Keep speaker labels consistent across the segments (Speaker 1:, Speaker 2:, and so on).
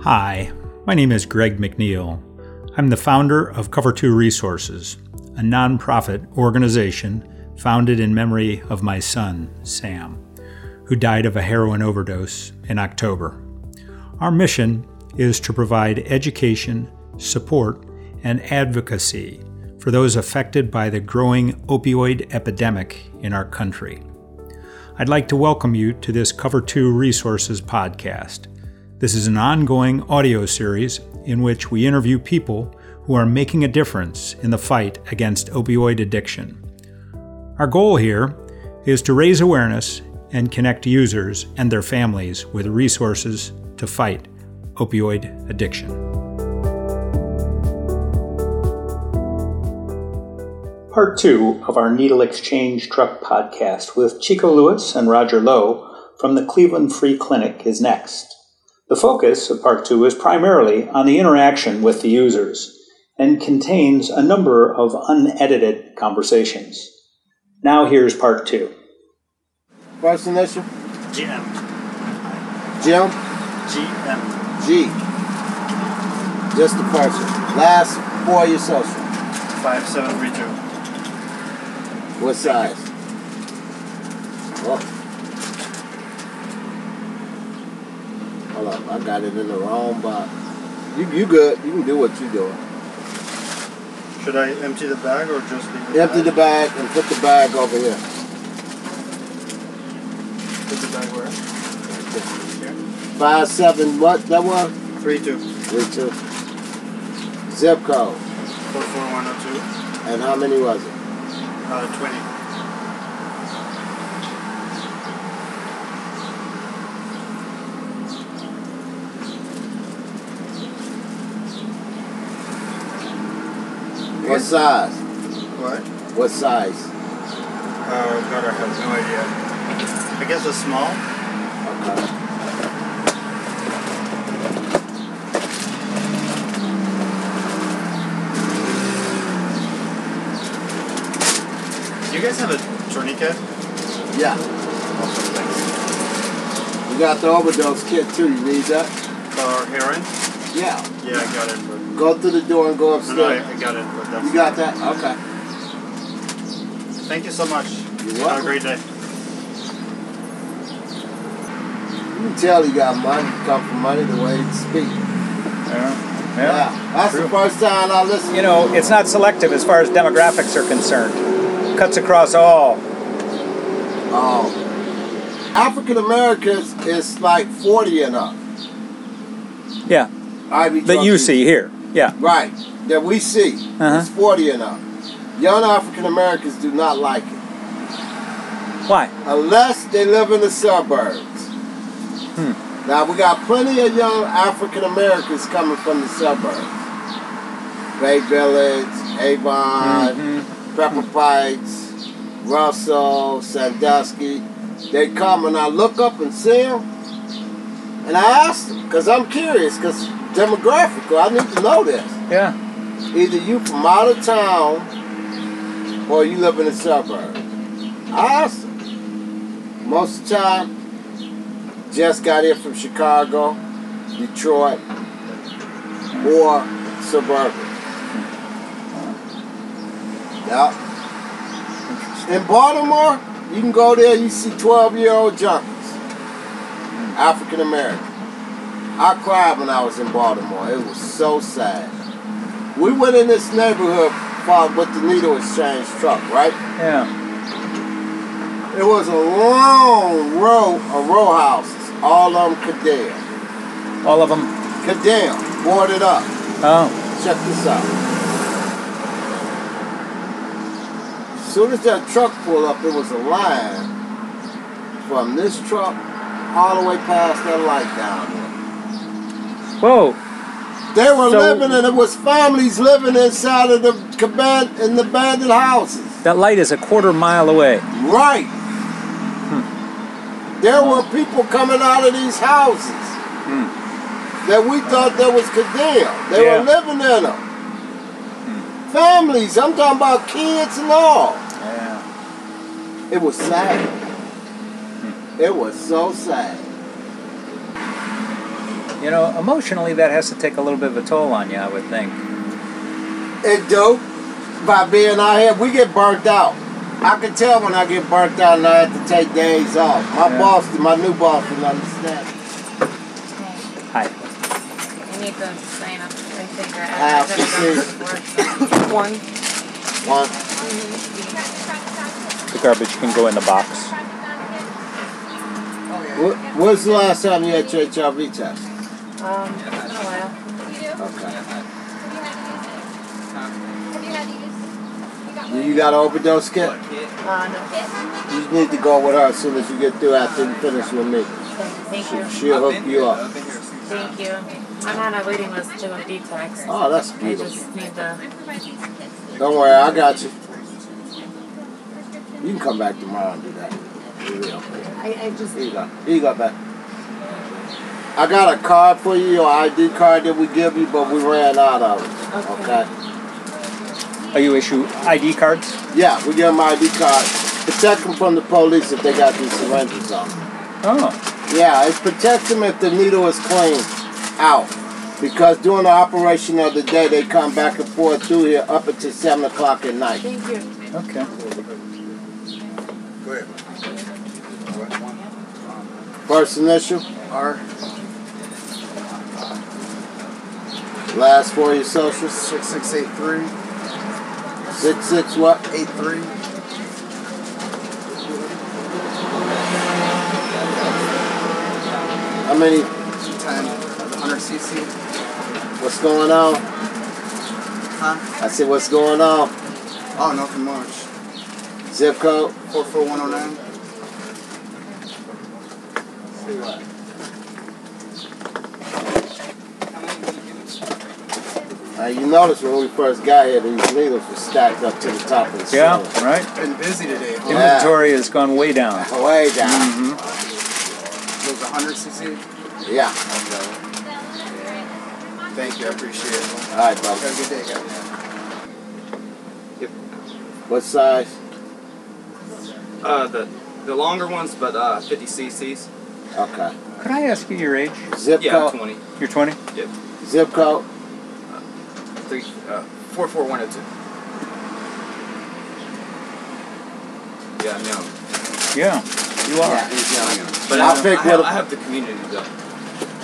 Speaker 1: Hi, my name is Greg McNeil. I'm the founder of Cover 2 Resources, a nonprofit organization founded in memory of my son, Sam, who died of a heroin overdose in October. Our mission is to provide education, support, and advocacy for those affected by the growing opioid epidemic in our country. I'd like to welcome you to this Cover 2 Resources podcast. This is an ongoing audio series in which we interview people who are making a difference in the fight against opioid addiction. Our goal here is to raise awareness and connect users and their families with resources to fight opioid addiction. Part two of our Needle Exchange Truck podcast with Chico Lewis and Roger Lowe from the Cleveland Free Clinic is next. The focus of part two is primarily on the interaction with the users and contains a number of unedited conversations. Now, here's part two.
Speaker 2: What's the initial?
Speaker 3: GM.
Speaker 2: Jim?
Speaker 3: GM.
Speaker 2: G. Just the person. Last four of your social.
Speaker 3: 57 Reacher.
Speaker 2: What size? Oh. Hold up, I got it in the wrong box. You, you good. You can do what you doing.
Speaker 3: Should I empty the bag or just leave it?
Speaker 2: Empty the bag and put the bag over here.
Speaker 3: Put the bag where?
Speaker 2: Five seven what that one?
Speaker 3: 32.
Speaker 2: Three two. Zip code.
Speaker 3: 44102.
Speaker 2: And how many was it?
Speaker 3: Uh, 20.
Speaker 2: What size?
Speaker 3: What?
Speaker 2: What size?
Speaker 3: Oh, God, I have no idea. I guess a small.
Speaker 2: Okay.
Speaker 3: Do you guys have a tourniquet?
Speaker 2: Yeah.
Speaker 3: Awesome, thanks.
Speaker 2: You got the overdose kit too. You need that?
Speaker 3: For heroin?
Speaker 2: Yeah.
Speaker 3: Yeah, I got it. But,
Speaker 2: Go through the door and go
Speaker 3: no, no, I,
Speaker 2: upstairs.
Speaker 3: I got it, but
Speaker 2: You
Speaker 3: that's...
Speaker 2: got that? Okay.
Speaker 3: Thank you so much.
Speaker 2: You're
Speaker 3: Have
Speaker 2: welcome.
Speaker 3: a great day.
Speaker 2: You can tell he got money. Come from money the way he speak.
Speaker 4: Yeah.
Speaker 2: That's
Speaker 4: true.
Speaker 2: the first time I listen.
Speaker 4: You know, it's not selective as far as demographics are concerned. Cuts across all.
Speaker 2: Oh. African Americans is like 40 and up.
Speaker 4: Yeah.
Speaker 2: I be
Speaker 4: That you
Speaker 2: talking-
Speaker 4: see here. Yeah.
Speaker 2: Right. That we see.
Speaker 4: Uh-huh.
Speaker 2: It's 40 and up. Young African Americans do not like it.
Speaker 4: Why?
Speaker 2: unless they live in the suburbs. Now we got plenty of young African Americans coming from the suburbs. Bay Village, Avon, Pepper Pikes, Russell, Sandusky. They come and I look up and see them. And I ask them, because I'm curious, because demographical, I need to know this.
Speaker 4: Yeah.
Speaker 2: Either you from out of town or you live in the suburbs. I asked them. Most of the time, just got here from Chicago, Detroit, or suburban. Yeah. In Baltimore, you can go there, you see 12 year old junkies, African American. I cried when I was in Baltimore. It was so sad. We went in this neighborhood uh, with the needle exchange truck, right?
Speaker 4: Yeah.
Speaker 2: It was a long row of row houses, all of them condemned.
Speaker 4: All of them.
Speaker 2: Condemned, boarded up.
Speaker 4: Oh.
Speaker 2: Check this out. As soon as that truck pulled up, it was a line from this truck all the way past that light down there.
Speaker 4: Whoa.
Speaker 2: They were
Speaker 4: So-
Speaker 2: living, and it was families living inside of the command in the abandoned houses.
Speaker 4: That light is a quarter mile away.
Speaker 2: Right. There were people coming out of these houses that we thought that was condemned. They
Speaker 4: Yeah.
Speaker 2: were living in them. Families, I'm talking about kids and all.
Speaker 4: Yeah.
Speaker 2: It was sad. It was so sad.
Speaker 4: You know, emotionally, that has to take a little bit of a toll on you, I would think.
Speaker 2: It dope by being out here. We get burnt out. I can tell when I get burnt out and I have to take days off. My
Speaker 4: Yeah.
Speaker 2: boss, my new boss, will understand.
Speaker 5: Okay,
Speaker 4: Hi.
Speaker 5: You need to sign up, I think, or
Speaker 2: Ah,
Speaker 5: I've never done this before.
Speaker 6: One.
Speaker 2: One.
Speaker 4: The garbage can go in the box.
Speaker 2: Wh- When's the last time you had your HRV test?
Speaker 6: Um, it's been a while.
Speaker 2: Okay. You
Speaker 7: You
Speaker 2: you got an overdose kit?
Speaker 6: Uh, no.
Speaker 2: You need to go with her as soon as you get through after you finish with me.
Speaker 5: Thank you,
Speaker 2: She'll hook you up.
Speaker 5: thank you. I'm on a waiting list to a detox.
Speaker 2: Oh, that's
Speaker 5: I
Speaker 2: beautiful.
Speaker 5: just need to,
Speaker 2: Don't worry, I got you. You can come back tomorrow and do that. You will.
Speaker 6: I, I just.
Speaker 2: Here you go. Here you go, back. I got a card for you, your ID card that we give you, but we ran out of it.
Speaker 6: Okay.
Speaker 2: Okay.
Speaker 4: Oh, you issue ID cards?
Speaker 2: Yeah, we give them ID cards. Protect them from the police if they got these syringes on.
Speaker 4: Oh,
Speaker 2: Yeah, it protects them if the needle is clean out. Because during the operation of the day, they come back and forth through here up until 7 o'clock at
Speaker 5: Uh,
Speaker 2: night.
Speaker 6: Thank you.
Speaker 4: okay.
Speaker 3: Go ahead.
Speaker 2: First initial,
Speaker 3: R.
Speaker 2: last four of your socials,
Speaker 3: Six six eight three
Speaker 2: 66 what?
Speaker 3: eight three.
Speaker 2: How many?
Speaker 3: Ten. Hundred cc.
Speaker 2: What's going on?
Speaker 3: Huh?
Speaker 2: I said, what's going on?
Speaker 3: Oh, nothing much.
Speaker 2: Zip code?
Speaker 3: Four four one oh nine.
Speaker 2: Uh, you noticed when we first got here, these needles were stacked up to the top of the
Speaker 4: Yeah,
Speaker 2: ceiling.
Speaker 4: right.
Speaker 3: Been busy today. Huh?
Speaker 2: Yeah.
Speaker 4: Inventory has gone way down.
Speaker 2: Way down.
Speaker 4: Mm-hmm.
Speaker 3: Those hundred cc.
Speaker 2: Yeah.
Speaker 3: Thank you. I appreciate it.
Speaker 2: All right, brother.
Speaker 3: Have a good day, guys.
Speaker 2: What size?
Speaker 8: Uh, the the longer ones, but uh, 50 cc's.
Speaker 2: Okay.
Speaker 4: Could I ask you your age?
Speaker 2: Zip
Speaker 8: Yeah,
Speaker 2: code?
Speaker 8: 20.
Speaker 4: You're 20?
Speaker 2: Zip code?
Speaker 8: Three, uh, 44102. Yeah, no.
Speaker 4: Yeah, you are.
Speaker 2: Yeah, he's young.
Speaker 8: But
Speaker 2: I'll
Speaker 8: I,
Speaker 2: pick
Speaker 8: I, have,
Speaker 2: what-
Speaker 8: I have the community though.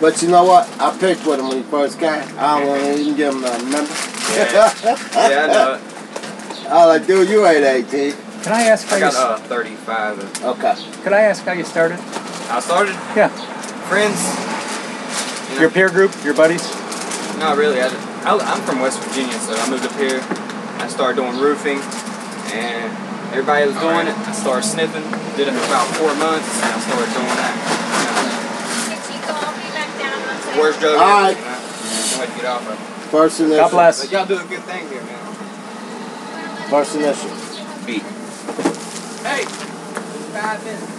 Speaker 2: But you know what? I picked with him when he first came. I don't want to even give him nothing, remember?
Speaker 8: Yeah, I know.
Speaker 2: I was like, dude, you ain't 18.
Speaker 4: Can I ask how
Speaker 8: I
Speaker 4: you?
Speaker 8: got uh, 35.
Speaker 2: Okay.
Speaker 4: could I ask how you started?
Speaker 8: I started
Speaker 4: Yeah.
Speaker 8: friends. you know,
Speaker 4: Your peer group, your buddies.
Speaker 8: Not really. I, I, I'm from West Virginia, so I moved up here. I started doing roofing, and everybody was doing it. I started sniffing. Did it for about four months, and I started doing that. You know, Worst drug.
Speaker 2: All
Speaker 8: ever, man. I'm gonna get off of.
Speaker 2: First initial.
Speaker 4: God
Speaker 8: But
Speaker 4: bless.
Speaker 8: y'all do a good thing here, man.
Speaker 2: First initial.
Speaker 8: Beat. Hey. Five minutes.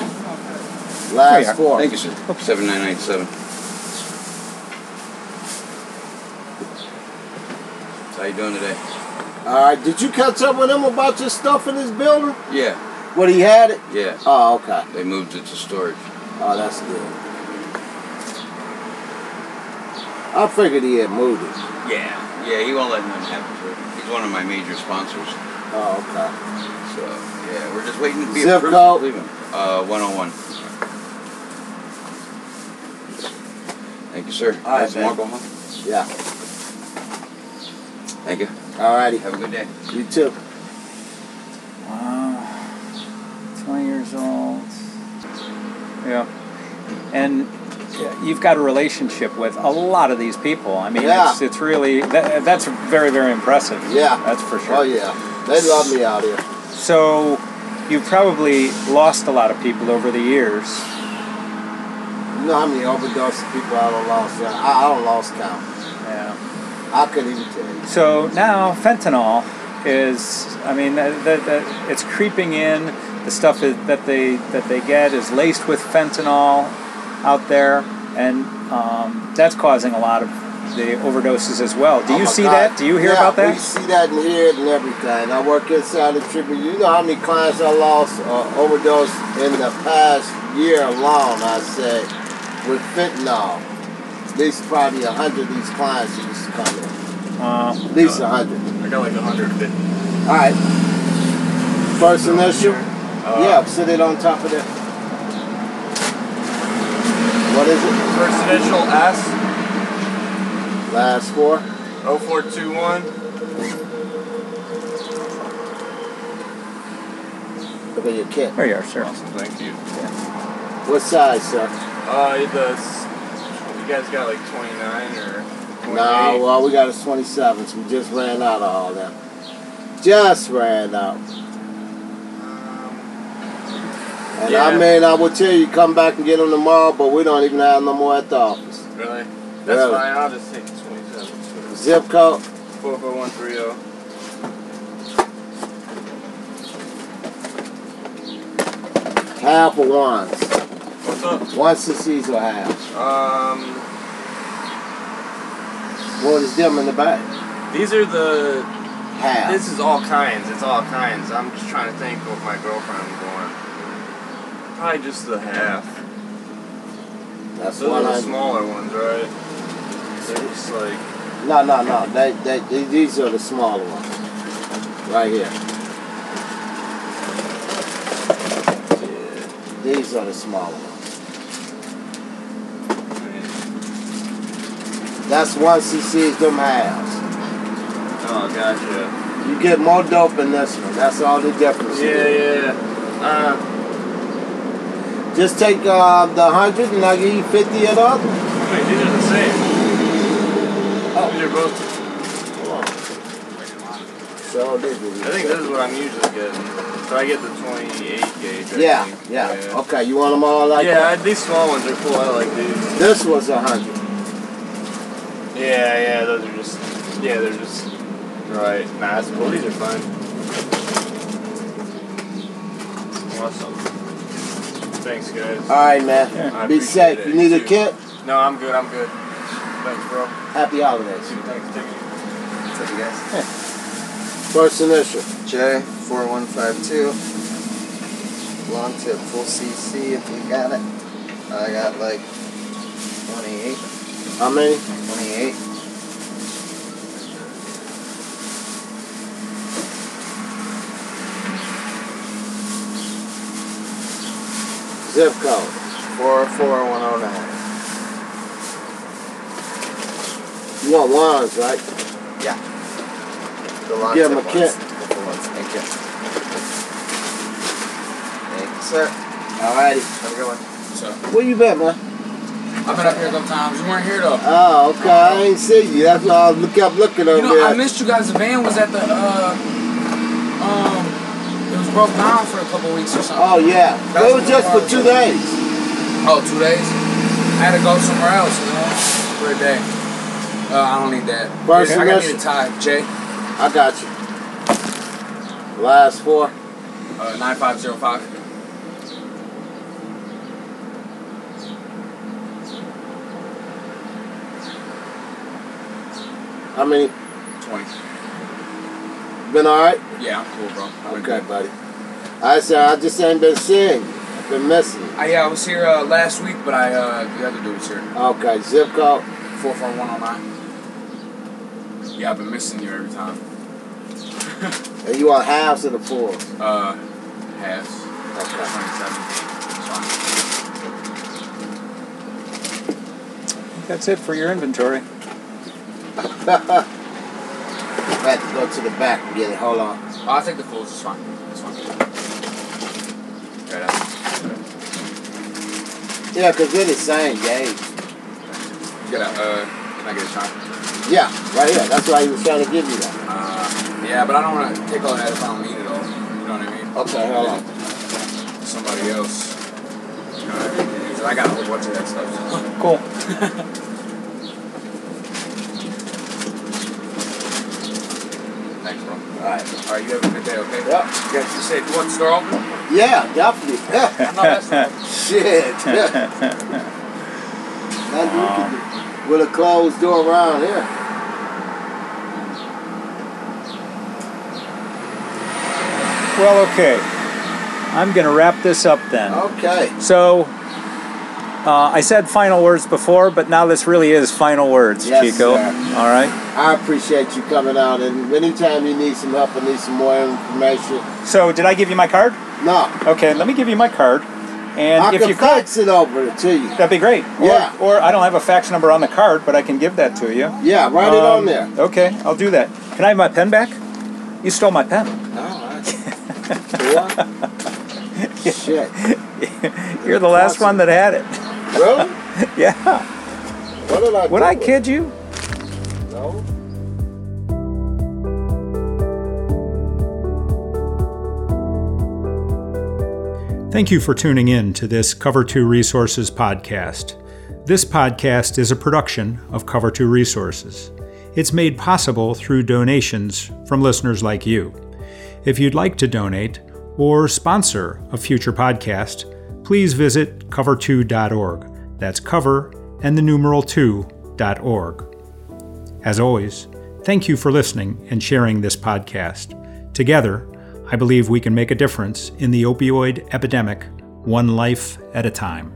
Speaker 4: There you are.
Speaker 2: Last four.
Speaker 9: Thank you, sir. 7997. How you doing today?
Speaker 2: All right. Did you catch up with him about your stuff in his building?
Speaker 9: Yeah,
Speaker 2: What he had it?
Speaker 9: yeah.
Speaker 2: Oh, okay.
Speaker 9: They moved it to storage.
Speaker 2: Oh, that's good. I figured he had moved it.
Speaker 9: Yeah. Yeah, he won't let nothing happen to it. He's one of my major sponsors.
Speaker 2: Oh,
Speaker 9: So, yeah, we're just waiting to be
Speaker 2: Zip
Speaker 9: approved.
Speaker 2: code?
Speaker 9: Leave him. Uh, 101. Thank you, sir.
Speaker 2: All right,
Speaker 9: Have some
Speaker 2: man.
Speaker 9: alcohol.
Speaker 2: okay. Yeah.
Speaker 9: Thank you.
Speaker 2: All righty.
Speaker 9: Have a good day.
Speaker 2: You too.
Speaker 4: Wow. 20 years old. Yeah. And you've got a relationship with a lot of these people. I mean,
Speaker 2: Yeah.
Speaker 4: it's, it's really, that, that's very, very impressive.
Speaker 2: Yeah.
Speaker 4: That's for sure.
Speaker 2: Oh, yeah. They love me out here.
Speaker 4: So you've probably lost a lot of people over the years.
Speaker 2: You know how many overdose people I done lost? I, I don't lost count.
Speaker 4: Yeah.
Speaker 2: I couldn't even tell you.
Speaker 4: So now fentanyl is, I mean, that, that, that it's creeping in. The stuff that that they that they get is laced with fentanyl out there, and um, that's causing a lot of the overdoses as well. Do
Speaker 2: Oh
Speaker 4: you
Speaker 2: my
Speaker 4: see
Speaker 2: God.
Speaker 4: that? Do you hear
Speaker 2: yeah,
Speaker 4: about
Speaker 2: We
Speaker 4: that?
Speaker 2: see that and hear it and everything. I work inside the Tribune. You know how many clients I lost uh, overdose in the past year alone, I say, with fentanyl. There's probably a hundred of these clients that used to come in.
Speaker 4: Uh,
Speaker 2: At least a hundred.
Speaker 3: I got like 150.
Speaker 2: All right. First initial.
Speaker 3: Uh,
Speaker 2: yeah, sit it on top of that. What is it?
Speaker 3: First initial S,
Speaker 2: Last four.
Speaker 3: 0421.
Speaker 2: Look at your kit.
Speaker 4: there you are, sir.
Speaker 3: Awesome, thank you.
Speaker 2: What size, sir?
Speaker 3: Uh, the, s- you guys got like 29 or 28?
Speaker 2: No, well, we got a 27s. We just ran out of all them. Just ran out.
Speaker 3: Um,
Speaker 2: And I
Speaker 3: Yeah.
Speaker 2: mean, I will tell you, come back and get them tomorrow, but we don't even have no more at the office.
Speaker 3: really? That's
Speaker 2: Really.
Speaker 3: fine, I'll just take the 27.
Speaker 2: Zip code?
Speaker 3: 44130.
Speaker 2: Half of ones.
Speaker 3: What's up?
Speaker 2: Once the season half.
Speaker 3: Um,
Speaker 2: What is them in the back?
Speaker 3: these are the
Speaker 2: Half.
Speaker 3: This is all kinds. It's all kinds. I'm just trying to think of my girlfriend going. Probably just the half.
Speaker 2: That's
Speaker 3: Those are the
Speaker 2: 100.
Speaker 3: smaller ones, right? They're just like
Speaker 2: No, no, no. They, they, they- these are the smaller ones. Right here. These are the smaller ones. That's one cc's them halves.
Speaker 3: oh, gotcha.
Speaker 2: You get more dope in this one. That's all the difference.
Speaker 3: Yeah, yeah. Uh,
Speaker 2: Just take uh, the 100 and I'll give you 50 of the other. one.
Speaker 3: wait, these are the same. These are both.
Speaker 2: Hold on. So this is.
Speaker 3: I think this is what I'm usually getting. So I get the 28 gauge. I
Speaker 2: Yeah,
Speaker 3: think.
Speaker 2: yeah. Okay, you want them all like
Speaker 3: yeah, these small ones are cool. I like these.
Speaker 2: that? This was a 100.
Speaker 3: Yeah, yeah. Those are just. Yeah, they're just. Right. Nah, that's cool. These are fun. Awesome. Thanks, guys.
Speaker 2: All right, man.
Speaker 3: Yeah. I
Speaker 2: Be
Speaker 3: appreciate
Speaker 2: safe.
Speaker 3: it,
Speaker 2: You need a
Speaker 3: too.
Speaker 2: kit?
Speaker 3: No, I'm good. I'm good. Thanks, bro.
Speaker 2: Happy holidays.
Speaker 3: Thanks, thank you.
Speaker 2: First initial.
Speaker 9: J four one five two. Long tip full CC if you got it. I got like 28,
Speaker 2: How many?
Speaker 9: 28.
Speaker 2: Zip code.
Speaker 9: 44109.
Speaker 2: You want ones, right?
Speaker 9: The long
Speaker 2: Give
Speaker 9: tip
Speaker 2: him a
Speaker 9: ones.
Speaker 2: kit.
Speaker 9: The full ones. Thank you. Thank you, sir.
Speaker 2: All righty.
Speaker 9: Have a good one.
Speaker 2: Where you been, man?
Speaker 7: I've been up here a couple times. You weren't here though.
Speaker 2: Oh, okay. I ain't see you. That's why I look kept looking over
Speaker 7: You know,
Speaker 2: there.
Speaker 7: I missed you guys. The van was at the uh, um, it was broke down for a couple weeks or something.
Speaker 2: oh, yeah.
Speaker 7: That's
Speaker 2: It was just for two days.
Speaker 7: Oh, two days. I had to go somewhere else, you know, for a day. Uh, I don't need that.
Speaker 2: First
Speaker 7: I got me
Speaker 2: semester.
Speaker 7: a tie, Jay.
Speaker 2: I got you. Last four.
Speaker 7: Uh, Nine five zero five.
Speaker 2: How many?
Speaker 7: Twenty.
Speaker 2: Been all right?
Speaker 7: Yeah, I'm cool, bro. I've been
Speaker 2: Okay,
Speaker 7: good.
Speaker 2: budty. I said I just ain't been seeing you. I've been missing you.
Speaker 7: I, yeah, I was here uh, last week, but I uh, the other dude was here.
Speaker 2: Okay, zip code.
Speaker 7: Four four one oh nine. Yeah, I've been missing you every time.
Speaker 2: And you are halves of the fools.
Speaker 7: Uh, halves.
Speaker 2: Okay.
Speaker 7: Twenty-seven.
Speaker 4: That's it for your inventory.
Speaker 2: I had to go to the back and get it. Hold on.
Speaker 7: Oh, I'll take the fools. It's fine. It's fine. Yeah, that's-
Speaker 2: Yeah, because they're the same gauge.
Speaker 7: Get out. Uh, can I get a shot?
Speaker 2: Yeah, right here. That's why he was trying to give you that.
Speaker 7: Uh, yeah, but I don't want to take all that if I don't need it all. You know what I mean?
Speaker 2: Okay, hold on.
Speaker 7: Somebody else. You know what I mean? 'Cause I got a whole bunch of that stuff.
Speaker 4: Cool.
Speaker 7: Thanks, bro. All
Speaker 2: All right.
Speaker 7: right, you have a good day, okay?
Speaker 2: Yep.
Speaker 7: You guys be safe. You want the store open?
Speaker 2: Yeah, definitely.
Speaker 7: No, that's not.
Speaker 2: Shit. Nothing you can do. With a closed door around here. Oh.
Speaker 4: Well, okay. I'm going to wrap this up then.
Speaker 2: Okay.
Speaker 4: So, Uh, I said final words before, but now this really is final words,
Speaker 2: Yes,
Speaker 4: Chico.
Speaker 2: sir.
Speaker 4: All right.
Speaker 2: I appreciate you coming out, and anytime you need some help or need some more information,
Speaker 4: So, did I give you my card?
Speaker 2: no,
Speaker 4: Okay, let me give you my card. And
Speaker 2: I
Speaker 4: if
Speaker 2: can
Speaker 4: you could,
Speaker 2: fax it over to you.
Speaker 4: that'd be great. Or,
Speaker 2: Yeah.
Speaker 4: Or I don't have a fax number on the card, but I can give that to you.
Speaker 2: Yeah, write it
Speaker 4: Um,
Speaker 2: on there.
Speaker 4: Okay, I'll do that. Can I have my pen back? You stole my pen.
Speaker 2: Shit,
Speaker 4: You're the last one that had it.
Speaker 2: really?
Speaker 4: yeah.
Speaker 2: What did I?
Speaker 4: Would I
Speaker 2: do?
Speaker 4: kid you?
Speaker 2: No.
Speaker 1: Thank you for tuning in to this Cover 2 Resources podcast. This podcast is a production of Cover 2 Resources. It's made possible through donations from listeners like you. If you'd like to donate or sponsor a future podcast, please visit cover2.org. That's cover and the numeral 2.org. As always, thank you for listening and sharing this podcast. Together, I believe we can make a difference in the opioid epidemic, one life at a time.